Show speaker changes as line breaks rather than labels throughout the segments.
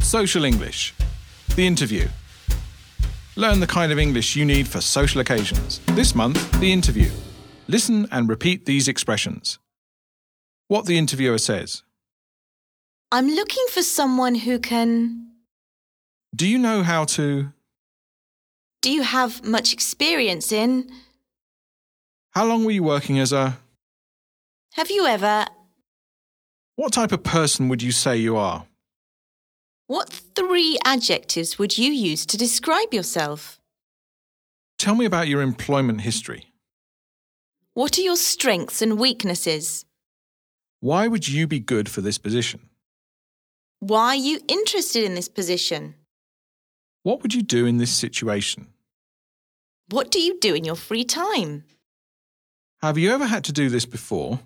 Social English. The interview. Learn the kind of English you need for social occasions. This month, the interview. Listen and repeat these expressions. What the interviewer says
I'm looking for someone who can.
Do you know how to?
Do you have much experience in?
How long were you working as a?
Have you ever.
What type of person would you say you are?
What three adjectives would you use to describe yourself?
Tell me about your employment history.
What are your strengths and weaknesses?
Why would you be good for this position?
Why are you interested in this position?
What would you do in this situation?
What do you do in your free time?
Have you ever had to do this before?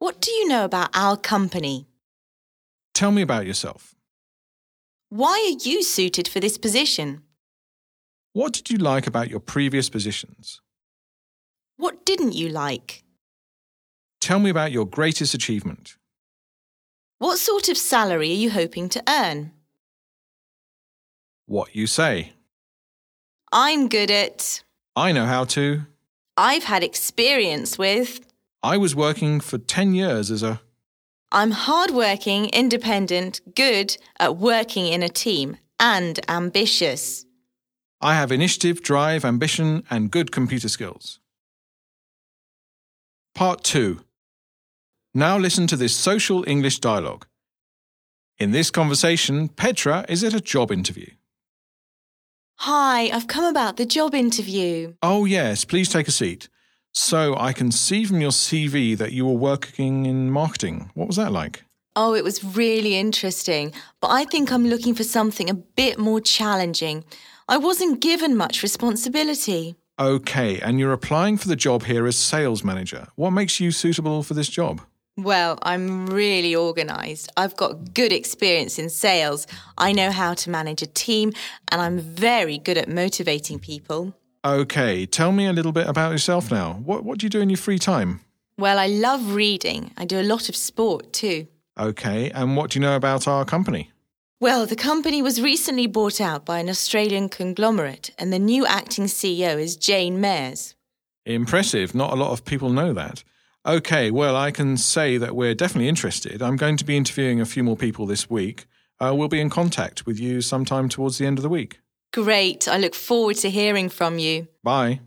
What do you know about our company?
Tell me about yourself.
Why are you suited for this position?
What did you like about your previous positions?
What didn't you like?
Tell me about your greatest achievement.
What sort of salary are you hoping to earn?
What you say.
I'm good at.
I know how to.
I've had experience with.
I was working for 10 years as a.
I'm hardworking, independent, good at working in a team, and ambitious.
I have initiative, drive, ambition, and good computer skills. Part 2. Now listen to this social English dialogue. In this conversation, Petra is at a job interview.
Hi, I've come about the job interview.
Oh, yes, please take a seat. So, I can see from your CV that you were working in marketing. What was that like?
Oh, it was really interesting, but I think I'm looking for something a bit more challenging. I wasn't given much responsibility.
Okay, and you're applying for the job here as sales manager. What makes you suitable for this job?
Well, I'm really organized. I've got good experience in sales. I know how to manage a team, and I'm very good at motivating people.
Okay, tell me a little bit about yourself now. What, what do you do in your free time?
Well, I love reading. I do a lot of sport too.
Okay, and what do you know about our company?
Well, the company was recently bought out by an Australian conglomerate, and the new acting CEO is Jane Mayers.
Impressive. Not a lot of people know that. Okay, well, I can say that we're definitely interested. I'm going to be interviewing a few more people this week. Uh, we'll be in contact with you sometime towards the end of the week.
Great. I look forward to hearing from you.
Bye.